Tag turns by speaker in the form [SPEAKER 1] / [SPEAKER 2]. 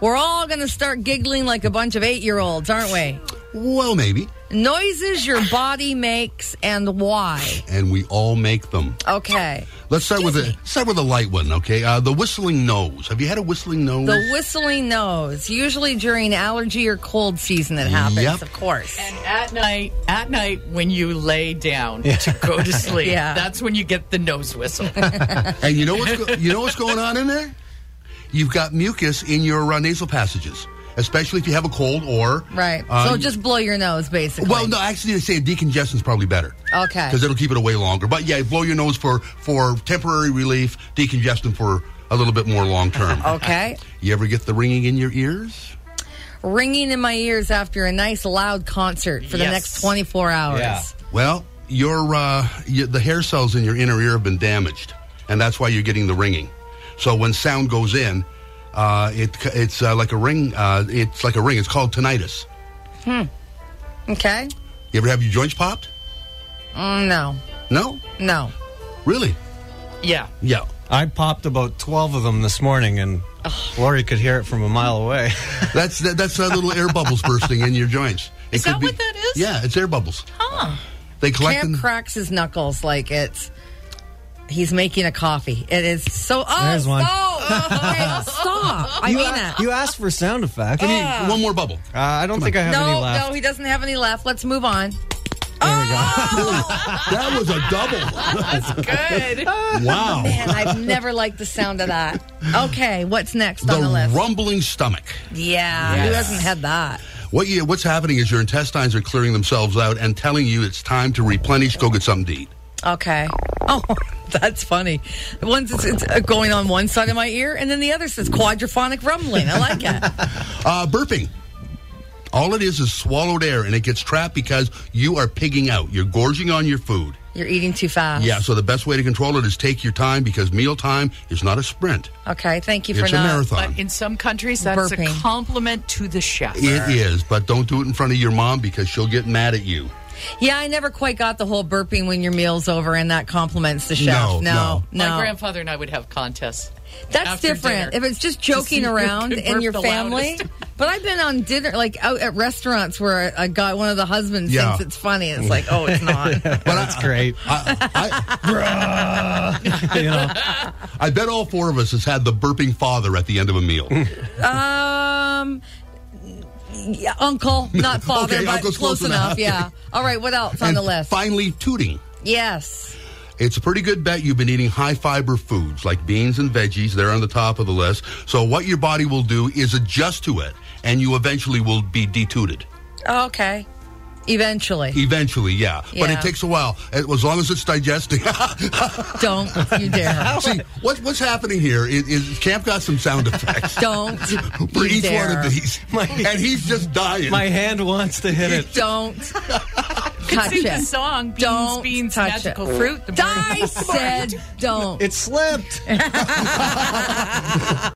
[SPEAKER 1] We're all going to start giggling like a bunch of eight year olds, aren't we?
[SPEAKER 2] Well, maybe.
[SPEAKER 1] Noises your body makes and why.
[SPEAKER 2] And we all make them.
[SPEAKER 1] Okay.
[SPEAKER 2] Let's start with a start with a light one, okay? Uh, the whistling nose. Have you had a whistling nose?
[SPEAKER 1] The whistling nose, usually during allergy or cold season, it happens,
[SPEAKER 2] Yep.
[SPEAKER 1] of course.
[SPEAKER 3] And at night, at night when you lay down to go to sleep,
[SPEAKER 1] Yeah.
[SPEAKER 3] that's when you get the nose whistle.
[SPEAKER 2] and you know what's go- you know what's going on in there? You've got mucus in your uh, nasal passages, especially if you have a cold or
[SPEAKER 1] Right.
[SPEAKER 2] uh,
[SPEAKER 1] so just blow your nose, basically.
[SPEAKER 2] Well, no, actually, they say decongestion is probably better.
[SPEAKER 1] Okay.
[SPEAKER 2] Because it'll keep it away longer. But yeah, blow your nose for for temporary relief, decongestion for a little bit more long term.
[SPEAKER 1] Okay.
[SPEAKER 2] You ever get the ringing in your ears?
[SPEAKER 1] Ringing in my ears after a nice loud concert for the
[SPEAKER 3] Yes.
[SPEAKER 1] next 24 hours.
[SPEAKER 4] Yeah.
[SPEAKER 2] Well, your uh, y the hair cells in your inner ear have been damaged, and that's why you're getting the ringing. So when sound goes in, uh, it c- it's uh, like a ring. Uh, it's like a ring. It's called tinnitus.
[SPEAKER 1] Okay.
[SPEAKER 2] You ever have your joints popped?
[SPEAKER 1] Mm, no.
[SPEAKER 2] No,
[SPEAKER 1] No.
[SPEAKER 2] really?
[SPEAKER 3] yeah.
[SPEAKER 2] Yeah.
[SPEAKER 4] I popped about 12 of them this morning, and Lori could hear it from a mile away.
[SPEAKER 2] That's that, that's that little air bubbles bursting in your joints. It
[SPEAKER 3] Is that
[SPEAKER 2] could
[SPEAKER 3] what that is?
[SPEAKER 2] Yeah, it's air bubbles.
[SPEAKER 3] Huh.
[SPEAKER 2] They collect
[SPEAKER 1] Cam
[SPEAKER 2] in,
[SPEAKER 1] cracks his knuckles like it's. He's making a coffee. It is so. Oh,
[SPEAKER 4] There's one.
[SPEAKER 1] stop. Okay, stop. I mean that.
[SPEAKER 4] you asked for sound effect.
[SPEAKER 2] I
[SPEAKER 4] Uh,
[SPEAKER 2] need one more bubble.
[SPEAKER 4] I don't think I have any
[SPEAKER 1] No,
[SPEAKER 4] left.
[SPEAKER 1] no, he doesn't have any left. Oh, Let's move on.
[SPEAKER 2] That was a double.
[SPEAKER 3] That's good.
[SPEAKER 2] wow.
[SPEAKER 1] Man, I've never liked the sound of that. Okay, what's next on the
[SPEAKER 2] The
[SPEAKER 1] list?
[SPEAKER 2] rumbling stomach.
[SPEAKER 1] yeah, who hasn't had that?
[SPEAKER 2] What you, what's happening is your intestines are clearing themselves out and telling you it's time to replenish, go get something to eat.
[SPEAKER 1] Okay. Oh, that's funny. Once it's, it's uh, going on one side of my ear, and then the other says quadraphonic rumbling. I like it.
[SPEAKER 2] Uh, burping. All it is is swallowed air and it gets trapped because you are pigging out. You're gorging on your food.
[SPEAKER 1] You're eating too fast.
[SPEAKER 2] Yeah, so the best way to control it is take your time because mealtime is not a sprint.
[SPEAKER 1] Okay. Thank you for
[SPEAKER 2] It's a
[SPEAKER 1] not.
[SPEAKER 2] marathon.
[SPEAKER 3] But in some countries, that's
[SPEAKER 1] Burping.
[SPEAKER 3] a compliment to the chef.
[SPEAKER 2] It is, but don't do it in front of your mom because she'll get mad at you.
[SPEAKER 1] Yeah, I never quite got the whole burping when your meal's over, and that compliments the chef.
[SPEAKER 2] No,
[SPEAKER 1] No,
[SPEAKER 2] no.
[SPEAKER 1] no,
[SPEAKER 3] My grandfather and I would have contests.
[SPEAKER 1] That's
[SPEAKER 3] after
[SPEAKER 1] different.
[SPEAKER 3] dinner.
[SPEAKER 1] If it's just
[SPEAKER 3] To see
[SPEAKER 1] joking
[SPEAKER 3] who
[SPEAKER 1] around
[SPEAKER 3] could
[SPEAKER 1] and
[SPEAKER 3] burp
[SPEAKER 1] your
[SPEAKER 3] the
[SPEAKER 1] family.
[SPEAKER 3] loudest.
[SPEAKER 1] But I've been on dinner, like out at restaurants where a, a guy, one of the husbands,
[SPEAKER 2] Yeah.
[SPEAKER 1] thinks it's funny. It's like, oh, it's not.
[SPEAKER 2] But
[SPEAKER 4] That's great.
[SPEAKER 2] I, I,
[SPEAKER 4] you know,
[SPEAKER 2] I bet all four of us has had the burping father at the end of a meal.
[SPEAKER 1] um, yeah, uncle, not father,
[SPEAKER 2] Okay,
[SPEAKER 1] but
[SPEAKER 2] uncle's
[SPEAKER 1] close,
[SPEAKER 2] close
[SPEAKER 1] enough.
[SPEAKER 2] enough.
[SPEAKER 1] Yeah. All right. What else on
[SPEAKER 2] And
[SPEAKER 1] the list?
[SPEAKER 2] Finally, tooting.
[SPEAKER 1] yes.
[SPEAKER 2] It's a pretty good bet you've been eating high fiber foods like beans and veggies. They're on the top of the list. So what your body will do is adjust to it, and you eventually will be detooted.
[SPEAKER 1] Okay. Eventually,
[SPEAKER 2] Eventually, yeah. But it
[SPEAKER 1] Yeah.
[SPEAKER 2] takes a while, as as long as it's digesting.
[SPEAKER 1] don't you dare.
[SPEAKER 2] See, what, what's happening here is, is Camp got some sound effects
[SPEAKER 1] Don't
[SPEAKER 2] for
[SPEAKER 1] you
[SPEAKER 2] each
[SPEAKER 1] dare.
[SPEAKER 2] one of these.
[SPEAKER 4] My-
[SPEAKER 2] and he's just dying.
[SPEAKER 4] my hand wants to hit it.
[SPEAKER 1] Don't touch
[SPEAKER 3] Sing the
[SPEAKER 1] it.
[SPEAKER 3] song, Beans,
[SPEAKER 1] Don't
[SPEAKER 3] Beans,
[SPEAKER 1] touch
[SPEAKER 3] Magical
[SPEAKER 1] it.
[SPEAKER 3] Fruit. The
[SPEAKER 1] I said don't.
[SPEAKER 4] It slipped.